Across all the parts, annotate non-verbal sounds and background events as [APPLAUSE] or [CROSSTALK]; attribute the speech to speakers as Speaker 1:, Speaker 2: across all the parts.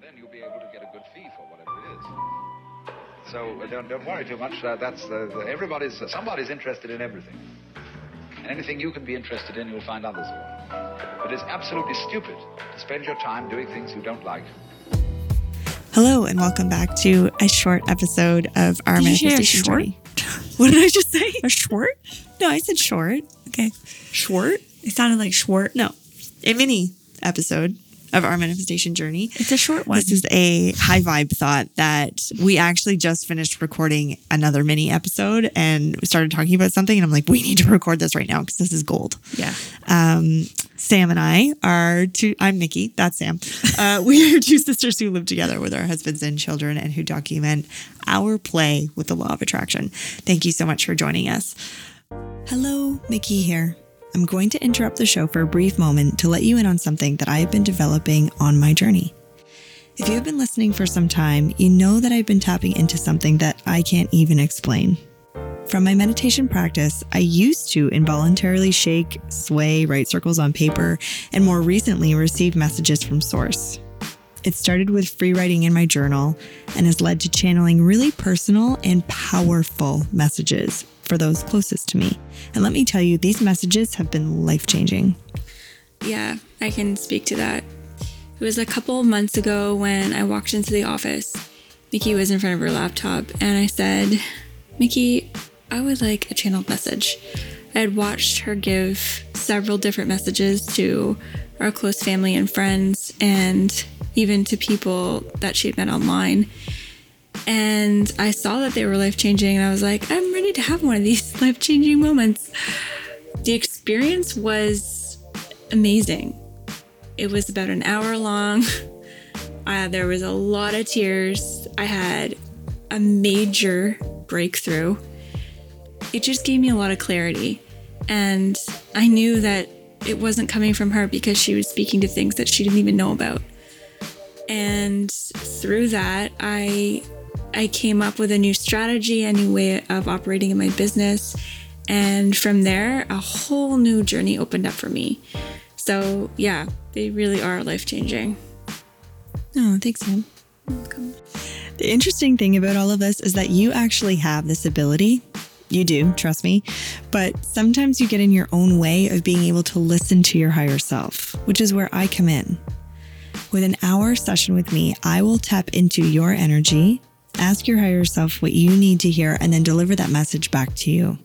Speaker 1: then you'll be able to get a good fee for whatever it is. So uh, don't, don't worry too much. Uh, that's uh, the- everybody's. somebody's interested in everything. And anything you can be interested in, you'll find others will. But it's absolutely stupid to spend your time doing things you don't like.
Speaker 2: Hello and welcome back to a short episode of our
Speaker 3: Did you say a
Speaker 2: manifestation
Speaker 3: short?
Speaker 2: journey. [LAUGHS] What did I just say?
Speaker 3: A short?
Speaker 2: No, I said short.
Speaker 3: Okay.
Speaker 2: Short?
Speaker 3: It sounded like short.
Speaker 2: No, a mini episode of our manifestation journey.
Speaker 3: It's a short one.
Speaker 2: This is a high vibe thought that we actually just finished recording another mini episode and we started talking about something. And I'm like, we need to record this right now because this is gold.
Speaker 3: yeah.
Speaker 2: Um, Sam and I are two. I'm Nikki. That's Sam. Uh, [LAUGHS] we are two sisters who live together with our husbands and children, and who document our play with the law of attraction. Thank you so much for joining us. Hello, Mickey here. I'm going to interrupt the show for a brief moment to let you in on something that I have been developing on my journey. If you have been listening for some time, you know that I've been tapping into something that I can't even explain. From my meditation practice, I used to involuntarily shake, sway, write circles on paper, and more recently receive messages from Source. It started with free writing in my journal and has led to channeling really personal and powerful messages for those closest to me. And let me tell you, these messages have been life changing.
Speaker 4: Yeah, I can speak to that. It was a couple of months ago when I walked into the office. Mickey was in front of her laptop, and I said, Mickey, I would like a channeled message. I had watched her give several different messages to our close family and friends, and even to people that she had met online. And I saw that they were life changing, and I was like, I'm ready to have one of these [LAUGHS] life changing moments. The experience was amazing. It was about an hour long. [LAUGHS] Uh, there was a lot of tears. I had a major breakthrough. It just gave me a lot of clarity. And I knew that it wasn't coming from her because she was speaking to things that she didn't even know about. And through that, I I came up with a new strategy, a new way of operating in my business. And from there, a whole new journey opened up for me. So, yeah, they really are life changing.
Speaker 2: Oh, thanks, Sam. The interesting thing about all of this is that you actually have this ability. You do, trust me. But sometimes you get in your own way of being able to listen to your higher self, which is where I come in. With an hour session with me, I will tap into your energy, ask your higher self what you need to hear, and then deliver that message back to you.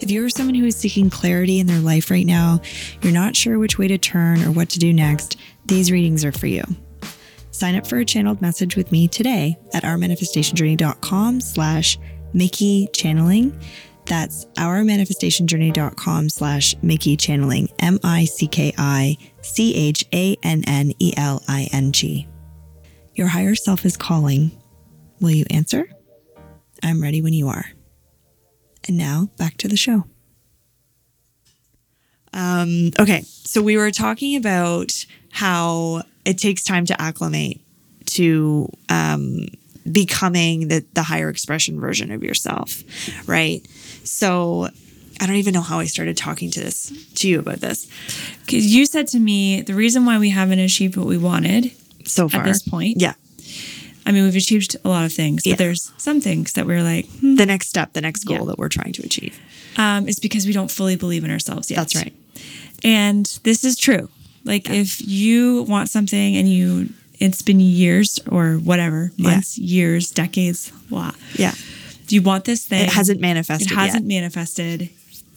Speaker 2: If you're someone who is seeking clarity in their life right now, you're not sure which way to turn or what to do next, these readings are for you. Sign up for a channeled message with me today at ourmanifestationjourney.com slash Mickey Channeling. That's ourmanifestationjourney.com slash Mickey Channeling, E M-I-C-K-I-C-H-A-N-N-E-L-I-N-G. Your higher self is calling. Will you answer? I'm ready when you are. And now back to the show. Um, okay. So we were talking about how it takes time to acclimate to um, becoming the, the higher expression version of yourself, right? So I don't even know how I started talking to this to you about this
Speaker 3: Because you said to me, the reason why we haven't achieved what we wanted,
Speaker 2: so far.
Speaker 3: this point?
Speaker 2: yeah.
Speaker 3: I mean, we've achieved a lot of things,
Speaker 2: Yeah.
Speaker 3: but there's some things that we're like, hmm,
Speaker 2: The next step, the next goal
Speaker 3: Yeah.
Speaker 2: that we're trying to achieve.
Speaker 3: um, it's because we don't fully believe in ourselves yet.
Speaker 2: That's right.
Speaker 3: And this is true. Like, if you want something and you, it's been years or whatever, months, years, decades, blah.
Speaker 2: Yeah.
Speaker 3: You want this thing.
Speaker 2: It hasn't manifested.
Speaker 3: it hasn't
Speaker 2: Yet.
Speaker 3: manifested.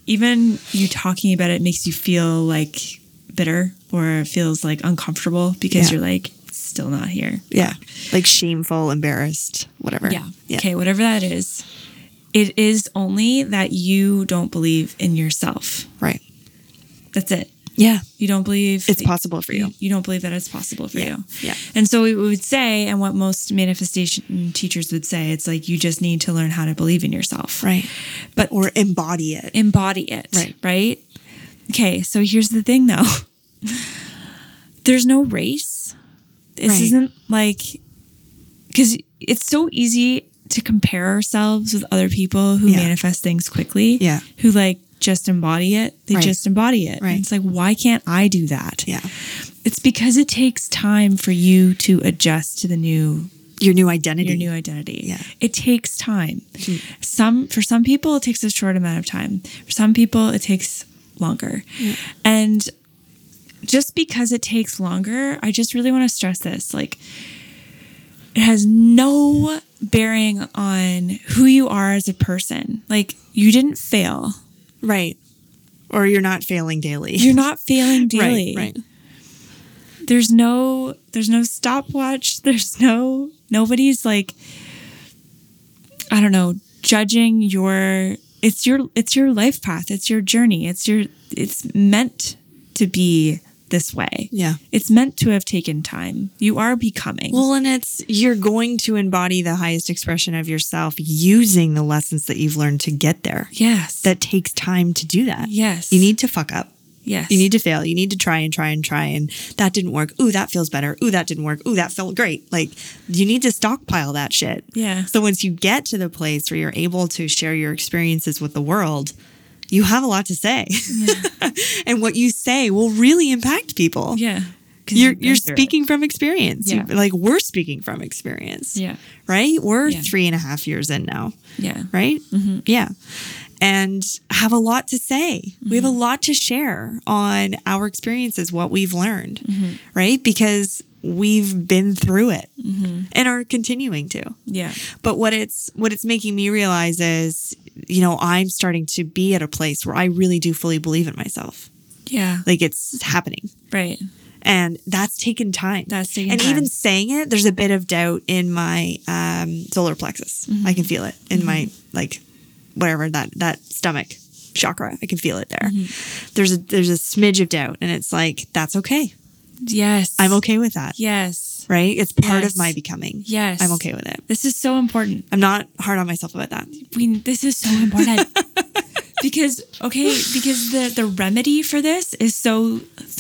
Speaker 3: Even you talking about it makes you feel like bitter or feels like uncomfortable because
Speaker 2: Yeah.
Speaker 3: you're like "It's still not here.
Speaker 2: Yeah. Like shameful, embarrassed, whatever.
Speaker 3: Yeah.
Speaker 2: Yeah.
Speaker 3: Okay, whatever that is. It is only that you don't believe in yourself.
Speaker 2: Right.
Speaker 3: That's it.
Speaker 2: Yeah.
Speaker 3: You don't believe
Speaker 2: It's possible for you.
Speaker 3: You don't believe that it's possible for you.
Speaker 2: yeah.
Speaker 3: And so we would say, and what most manifestation teachers would say, it's like you just need to learn how to believe in yourself.
Speaker 2: Right.
Speaker 3: But
Speaker 2: Or embody it.
Speaker 3: embody it.
Speaker 2: Right.
Speaker 3: Right. Okay. So here's the thing though [LAUGHS] there's no race. This
Speaker 2: Right.
Speaker 3: isn't like, because it's so easy to compare ourselves with other people who
Speaker 2: Yeah.
Speaker 3: manifest things quickly.
Speaker 2: Yeah.
Speaker 3: Who like just embody it. They
Speaker 2: Right.
Speaker 3: just embody it. And
Speaker 2: Right.
Speaker 3: it's like, why can't I do that?
Speaker 2: Yeah.
Speaker 3: It's because it takes time for you to adjust to the new
Speaker 2: Your new identity.
Speaker 3: your new identity.
Speaker 2: Yeah. Hmm.
Speaker 3: It takes time. Some for some people it takes a short amount of time. For some people it takes longer. And just because it takes longer, I just really want to stress this. Like it has no bearing on who you are as a person. Like you didn't fail.
Speaker 2: right. Or you're not failing daily.
Speaker 3: You're not failing daily.
Speaker 2: [LAUGHS] Right. Right.
Speaker 3: there's no there's no stopwatch [LAUGHS] there's no nobody's like i don't know judging your it's your it's your life path it's your journey it's your it's meant to be this way
Speaker 2: Yeah.
Speaker 3: it's meant to have taken time you are becoming
Speaker 2: Well, and it's you're going to embody the highest expression of yourself using the lessons that you've learned to get there.
Speaker 3: yes
Speaker 2: That takes time to do that.
Speaker 3: yes
Speaker 2: You need to fuck up.
Speaker 3: yes
Speaker 2: You need to fail. You need to try and try and try. And that didn't work. Ooh, that feels better. Ooh, that didn't work. Ooh, that felt great. Like you need to stockpile that shit.
Speaker 3: Yeah.
Speaker 2: So once you get to the place where you're able to share your experiences with the world, you have a lot to say. [LAUGHS] and what you say will really impact people.
Speaker 3: yeah 'Cause
Speaker 2: You're,
Speaker 3: you've been
Speaker 2: you're
Speaker 3: through it.
Speaker 2: speaking from experience. You-
Speaker 3: Yeah.
Speaker 2: like we're speaking from experience.
Speaker 3: yeah
Speaker 2: Right? We're
Speaker 3: Yeah.
Speaker 2: three and a half years in now
Speaker 3: yeah
Speaker 2: right? Yeah. And have a lot to say. We have a lot to share on our experiences, what we've learned, right? Because we've been through it and are continuing to.
Speaker 3: yeah
Speaker 2: But what it's what it's making me realize is, you know, I'm starting to be at a place where I really do fully believe in myself.
Speaker 3: yeah
Speaker 2: Like it's happening.
Speaker 3: right
Speaker 2: And that's taken time.
Speaker 3: That's taken
Speaker 2: and
Speaker 3: time.
Speaker 2: even saying it, there's a bit of doubt in my um, solar plexus. I
Speaker 3: Mm-hmm.
Speaker 2: can feel it in my like whatever that that stomach chakra. I can feel it there.
Speaker 3: Mm-hmm.
Speaker 2: There's a there's a smidge of doubt, and it's like that's okay.
Speaker 3: yes
Speaker 2: I'm okay with that.
Speaker 3: yes
Speaker 2: Right? It's part
Speaker 3: Yes.
Speaker 2: of my becoming.
Speaker 3: Yes.
Speaker 2: I'm okay with it.
Speaker 3: this is so important
Speaker 2: I'm not hard on myself about that.
Speaker 3: we this is so
Speaker 2: [LAUGHS]
Speaker 3: important because okay because the the remedy for this is so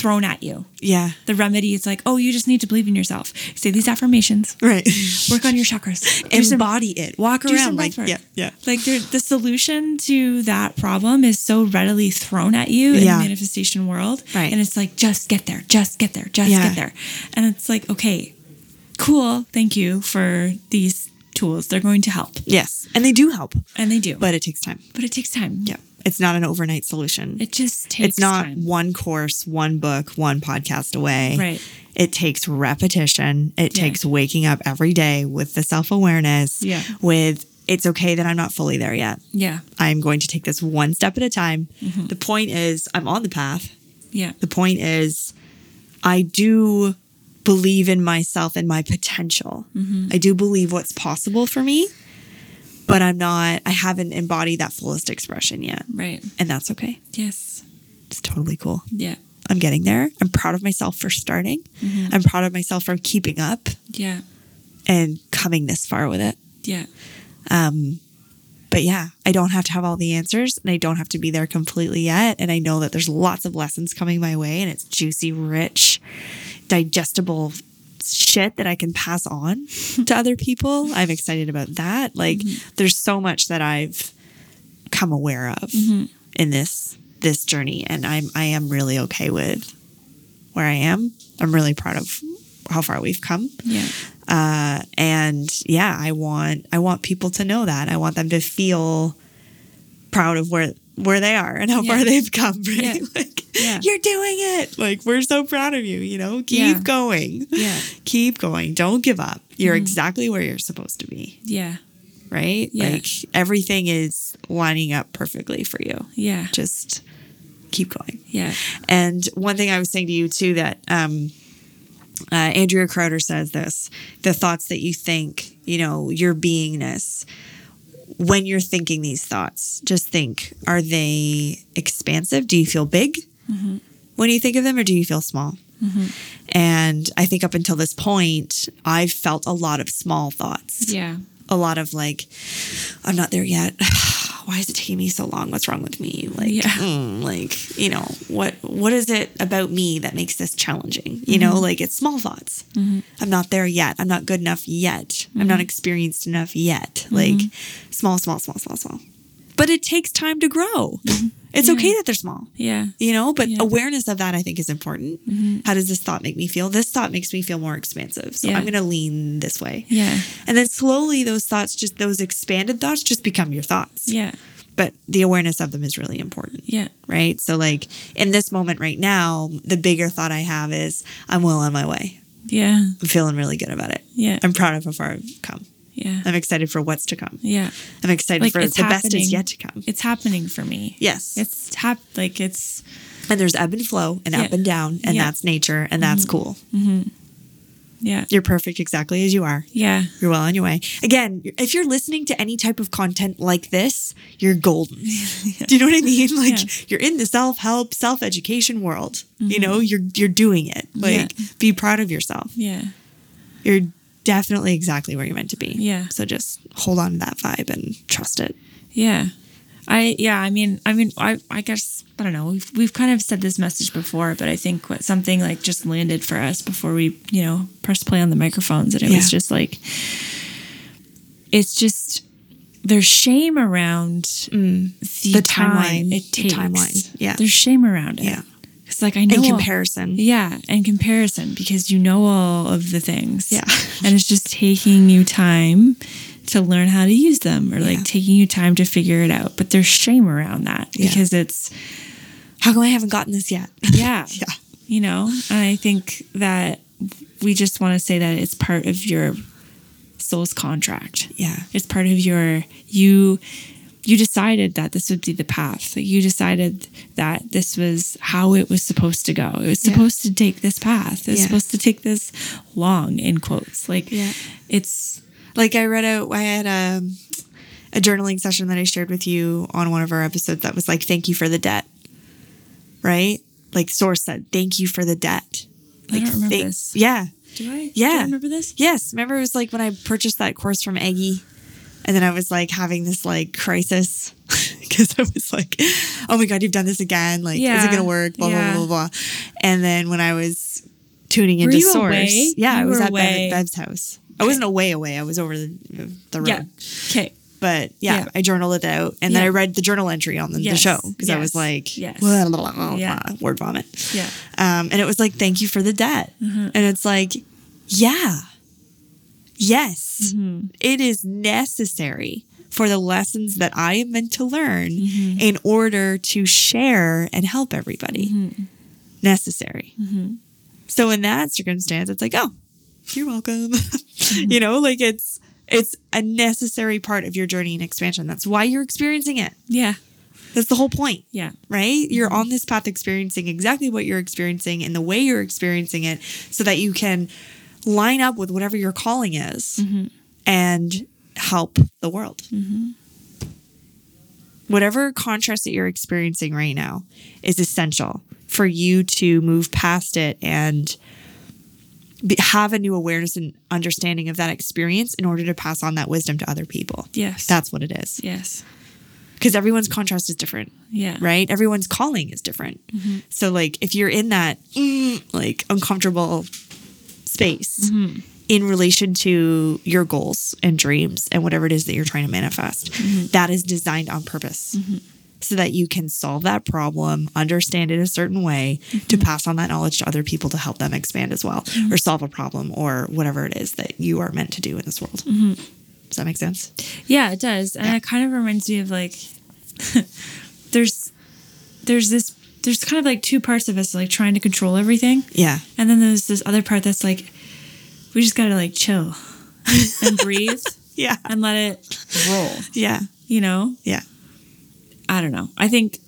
Speaker 3: thrown at you
Speaker 2: Yeah.
Speaker 3: the remedy is like oh you just need to believe in yourself say these affirmations
Speaker 2: [LAUGHS] Right. [LAUGHS]
Speaker 3: work on your chakras Do some-
Speaker 2: Embody it. Walk
Speaker 3: do some
Speaker 2: around like
Speaker 3: breath work.
Speaker 2: yeah, yeah.
Speaker 3: like there, the solution to that problem is so readily thrown at you in
Speaker 2: Yeah.
Speaker 3: the manifestation world
Speaker 2: Right.
Speaker 3: and it's like just get there just get there just
Speaker 2: Yeah.
Speaker 3: get there and it's like okay cool thank you for these tools they're going to help
Speaker 2: Yes. And they do help,
Speaker 3: and they do
Speaker 2: but it takes time.
Speaker 3: but it takes time
Speaker 2: Yeah. It's not an overnight solution.
Speaker 3: it just takes
Speaker 2: it's not
Speaker 3: time.
Speaker 2: one course, one book, one podcast away.
Speaker 3: Right.
Speaker 2: It takes repetition. It
Speaker 3: Yeah.
Speaker 2: takes waking up every day with the self awareness.
Speaker 3: Yeah.
Speaker 2: With it's okay that I'm not fully there yet.
Speaker 3: Yeah.
Speaker 2: I'm going to take this one step at a time.
Speaker 3: Mm-hmm.
Speaker 2: The point is, I'm on the path.
Speaker 3: Yeah.
Speaker 2: The point is, I do believe in myself and my potential.
Speaker 3: Mm-hmm.
Speaker 2: I do believe what's possible for me, but I'm not, I haven't embodied that fullest expression yet.
Speaker 3: Right.
Speaker 2: And that's okay.
Speaker 3: Yes.
Speaker 2: It's totally cool.
Speaker 3: Yeah.
Speaker 2: I'm getting there. I'm proud of myself for starting. I'm proud of myself for keeping up
Speaker 3: Yeah.
Speaker 2: and coming this far with it.
Speaker 3: Yeah.
Speaker 2: But yeah, I don't have to have all the answers and I don't have to be there completely yet. And I know that there's lots of lessons coming my way and it's juicy, rich, digestible shit that I can pass on [LAUGHS] to other people. I'm excited about that. Like there's so much that I've come aware of in this this journey and I'm I am really okay with where I am. I'm really proud of how far we've come.
Speaker 3: Yeah.
Speaker 2: uh, and yeah i want i want people to know that i want them to feel proud of where where they are and how
Speaker 3: Yeah.
Speaker 2: far they've come [LAUGHS] right
Speaker 3: Yeah.
Speaker 2: like
Speaker 3: Yeah.
Speaker 2: you're doing it like we're so proud of you you know keep
Speaker 3: Yeah.
Speaker 2: going [LAUGHS]
Speaker 3: Yeah. Mm-hmm.
Speaker 2: keep going don't give up you're exactly where you're supposed to be
Speaker 3: Yeah.
Speaker 2: right
Speaker 3: Yeah.
Speaker 2: like everything is lining up perfectly for you
Speaker 3: Yeah.
Speaker 2: just keep going
Speaker 3: Yeah.
Speaker 2: and one thing I was saying to you too that um, uh, Andrea Crowder says this: the thoughts that you think, you know, your beingness. When you're thinking these thoughts, just think: Are they expansive? Do you feel big when you think of them, or do you feel small? And I think up until this point, I've felt a lot of small thoughts
Speaker 3: Yeah.
Speaker 2: a lot of like, I'm not there yet. [SIGHS] Why is it taking me so long? What's wrong with me? Like,
Speaker 3: Yeah.
Speaker 2: mm, like you know, what what is it about me that makes this challenging? You
Speaker 3: Mm-hmm.
Speaker 2: know, like it's small thoughts. I'm not there yet. I'm not
Speaker 3: Mm-hmm.
Speaker 2: good enough yet. I'm not experienced enough yet. Like, small, small, small, small, small. but it takes time to grow. It's okay that they're small.
Speaker 3: Mm-hmm. Yeah.
Speaker 2: You know, but
Speaker 3: Yeah. Mm-hmm.
Speaker 2: awareness of that I think is important. How does this thought make me feel? This thought makes me feel more expansive. So
Speaker 3: Yeah.
Speaker 2: I'm going to lean this way.
Speaker 3: Yeah.
Speaker 2: And then slowly those thoughts just those expanded thoughts just become your thoughts.
Speaker 3: Yeah.
Speaker 2: But the awareness of them is really important.
Speaker 3: Yeah.
Speaker 2: Right? So like in this moment right now, the bigger thought I have is I'm well on my way.
Speaker 3: Yeah.
Speaker 2: I'm feeling really good about it.
Speaker 3: Yeah.
Speaker 2: I'm proud of how far I've come.
Speaker 3: Yeah.
Speaker 2: I'm excited for what's to come.
Speaker 3: Yeah.
Speaker 2: I'm excited
Speaker 3: Like
Speaker 2: for
Speaker 3: it's
Speaker 2: the best
Speaker 3: happening.
Speaker 2: is yet to come.
Speaker 3: It's happening for me.
Speaker 2: Yes.
Speaker 3: It's hap- like it's
Speaker 2: And there's ebb and flow and up
Speaker 3: Yeah.
Speaker 2: and down, and
Speaker 3: Yeah. Mm-hmm.
Speaker 2: that's nature, and that's cool.
Speaker 3: yeah.
Speaker 2: You're perfect exactly as you are.
Speaker 3: Yeah.
Speaker 2: You're well on your way. Again, if you're listening to any type of content like this, you're golden.
Speaker 3: [LAUGHS]
Speaker 2: Do you know what I mean? Like
Speaker 3: Yeah.
Speaker 2: you're in the self-help, self-education world.
Speaker 3: Mm-hmm.
Speaker 2: You know, you're you're doing it. Like be proud of yourself.
Speaker 3: Yeah.
Speaker 2: You're definitely exactly where you're meant to be.
Speaker 3: Yeah.
Speaker 2: So just hold on to that vibe and trust it.
Speaker 3: Yeah. I yeah, I mean I mean I I guess I don't know. We've we've kind of said this message before, but I think what something like just landed for us before we, you know, press play on the microphones and it was
Speaker 2: Yeah.
Speaker 3: just like it's just there's shame around the,
Speaker 2: Mm. The
Speaker 3: time
Speaker 2: timeline.
Speaker 3: it
Speaker 2: The
Speaker 3: takes.
Speaker 2: timeline. Yeah.
Speaker 3: There's shame around it.
Speaker 2: Yeah.
Speaker 3: It's like I know
Speaker 2: In
Speaker 3: all-
Speaker 2: comparison.
Speaker 3: Yeah, and comparison because you know all of the things.
Speaker 2: Yeah.
Speaker 3: And it's just taking you time to learn how to use them or like
Speaker 2: Yeah.
Speaker 3: taking you time to figure it out. But there's shame around that
Speaker 2: Yeah.
Speaker 3: because it's,
Speaker 2: How come I haven't gotten this yet?
Speaker 3: yeah,
Speaker 2: [LAUGHS] Yeah.
Speaker 3: you know, and I think that we just want to say that it's part of your soul's contract.
Speaker 2: Yeah.
Speaker 3: It's part of your, you, you decided that this would be the path. Like you decided that this was how it was supposed to go. It was
Speaker 2: Yeah.
Speaker 3: supposed to take this path. It's
Speaker 2: Yeah.
Speaker 3: supposed to take this long in quotes. Like
Speaker 2: Yeah.
Speaker 3: it's
Speaker 2: Like I read a, I had a, a journaling session that I shared with you on one of our episodes that was like, thank you for the debt, right? Like source said, thank you for the debt.
Speaker 3: I
Speaker 2: Like,
Speaker 3: don't remember
Speaker 2: thank-
Speaker 3: this.
Speaker 2: Yeah.
Speaker 3: Do I?
Speaker 2: Yeah.
Speaker 3: Do I remember this?
Speaker 2: Yes. Remember it was like when I purchased that course from Eggy and then I was like having this like crisis [LAUGHS] because I was like, oh my God, you've done this again. Like, is
Speaker 3: Yeah.
Speaker 2: it going to work? Blah,
Speaker 3: Yeah.
Speaker 2: blah, blah, blah. And then when I was tuning
Speaker 3: Were
Speaker 2: into
Speaker 3: you
Speaker 2: source,
Speaker 3: away?
Speaker 2: yeah,
Speaker 3: You
Speaker 2: I was
Speaker 3: were
Speaker 2: at
Speaker 3: away.
Speaker 2: Bev, Bev's house. I wasn't away, away. I was over the, the road
Speaker 3: Yeah. Okay.
Speaker 2: but yeah,
Speaker 3: Yeah.
Speaker 2: I journaled it out and then
Speaker 3: Yeah.
Speaker 2: I read the journal entry on the, the
Speaker 3: Yes.
Speaker 2: show because I was
Speaker 3: Yes.
Speaker 2: like,
Speaker 3: Yes.
Speaker 2: blah, blah, blah,
Speaker 3: Yeah.
Speaker 2: blah, uh, word vomit.
Speaker 3: Yeah.
Speaker 2: Um, and it was like, thank you for the debt. And it's like, yeah, yes, it is necessary for the lessons that I am meant to learn in order to share and help everybody. Necessary. So in that circumstance, it's like, oh, you're welcome. [LAUGHS] you know, like it's it's a necessary part of your journey and expansion. That's why you're experiencing it.
Speaker 3: Yeah.
Speaker 2: That's the whole point
Speaker 3: Yeah.
Speaker 2: right? You're on this path experiencing exactly what you're experiencing and the way you're experiencing it so that you can line up with whatever your calling is and help the world. Whatever contrast that you're experiencing right now is essential for you to move past it and be, have a new awareness and understanding of that experience in order to pass on that wisdom to other people.
Speaker 3: Yes.
Speaker 2: That's what it is.
Speaker 3: yes.
Speaker 2: Because everyone's contrast is different
Speaker 3: Yeah.
Speaker 2: right? Everyone's calling is different. So, like, if you're in that mm, like uncomfortable space in relation to your goals and dreams and whatever it is that you're trying to manifest, that is designed on purpose so that you can solve that problem, understand it a certain way to pass on that knowledge to other people to help them expand as well or solve a problem or whatever it is that you are meant to do in this world. Does that make sense?
Speaker 3: Yeah, it does. And it kind of reminds me of like [LAUGHS] there's there's this there's kind of like two parts of us like trying to control everything.
Speaker 2: Yeah.
Speaker 3: And then there's this other part that's like we just gotta like chill and breathe
Speaker 2: Yeah.
Speaker 3: and let it roll.
Speaker 2: Yeah.
Speaker 3: You know?
Speaker 2: Yeah.
Speaker 3: I don't know. I think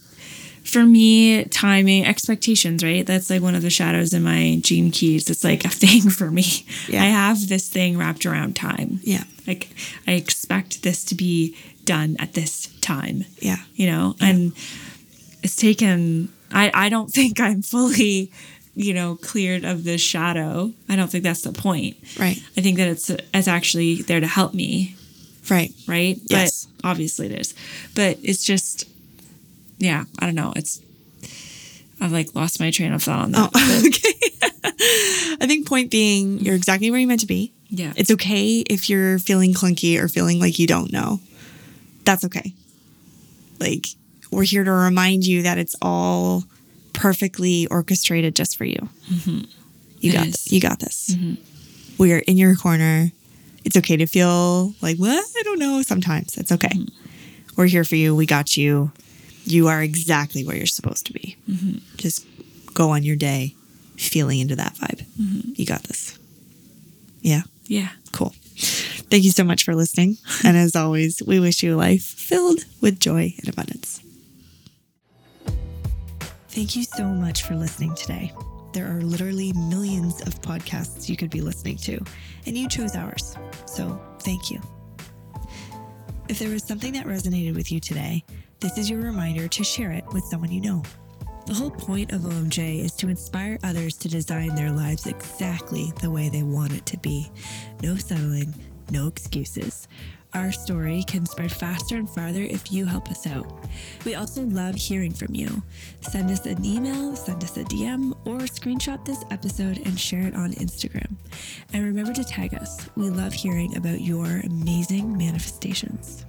Speaker 3: for me, timing, expectations, right? That's like one of the shadows in my gene keys. It's like a thing for me.
Speaker 2: Yeah.
Speaker 3: I have this thing wrapped around time.
Speaker 2: Yeah.
Speaker 3: Like I expect this to be done at this time.
Speaker 2: Yeah.
Speaker 3: You know, and it's taken I, I don't [LAUGHS] think I'm fully, you know, cleared of this shadow. I don't think that's the point.
Speaker 2: Right.
Speaker 3: I think that it's it's actually there to help me
Speaker 2: Right.
Speaker 3: right?
Speaker 2: Yes.
Speaker 3: But obviously it is. But it's just, yeah, I don't know. It's, I've like lost my train of thought on
Speaker 2: Oh.
Speaker 3: that.
Speaker 2: okay. I think point being, you're exactly where you're meant to be.
Speaker 3: Yeah.
Speaker 2: It's okay if you're feeling clunky or feeling like you don't know. That's okay. Like, we're here to remind you that it's all perfectly orchestrated just for you. You
Speaker 3: Mm-hmm. It
Speaker 2: got
Speaker 3: is. Mm-hmm.
Speaker 2: this. You got this. We are in your corner. It's okay to feel like, what? I don't know. Sometimes that's okay.
Speaker 3: Mm-hmm.
Speaker 2: We're here for you. We got you. You are exactly where you're supposed to be.
Speaker 3: Mm-hmm.
Speaker 2: Just go on your day feeling into that vibe.
Speaker 3: Mm-hmm.
Speaker 2: You got this. Yeah.
Speaker 3: Yeah.
Speaker 2: Cool. Thank you so much for listening. And as always, we wish you a life filled with joy and abundance. Thank you so much for listening today. There are literally millions of podcasts you could be listening to, and you chose ours. So thank you. If there was something that resonated with you today, this is your reminder to share it with someone you know.
Speaker 5: The whole point of OMJ is to inspire others to design their lives exactly the way they want it to be. No settling, no excuses. Our story can spread faster and farther if you help us out. We also love hearing from you. Send us an email, send us a DM, or screenshot this episode and share it on Instagram. And remember to tag us. We love hearing about your amazing manifestations.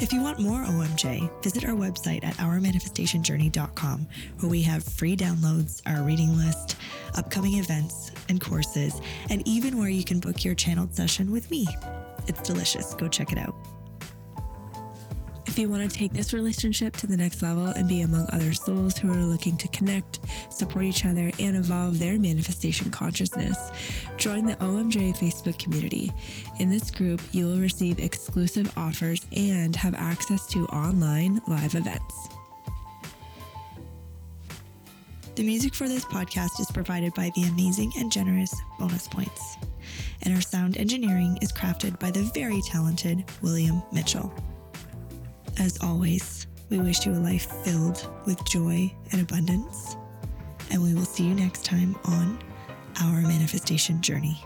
Speaker 2: If you want more OMJ, visit our website at ourmanifestationjourney.com, where we have free downloads, our reading list, upcoming events and courses, and even where you can book your channeled session with me. It's delicious. Go check it out.
Speaker 5: If you want to take this relationship to the next level and be among other souls who are looking to connect, support each other, and evolve their manifestation consciousness, join the OMJ Facebook community. In this group, you will receive exclusive offers and have access to online live events.
Speaker 2: The music for this podcast is provided by the amazing and generous Bonus Points. And our sound engineering is crafted by the very talented William Mitchell. As always, we wish you a life filled with joy and abundance. And we will see you next time on Our Manifestation Journey.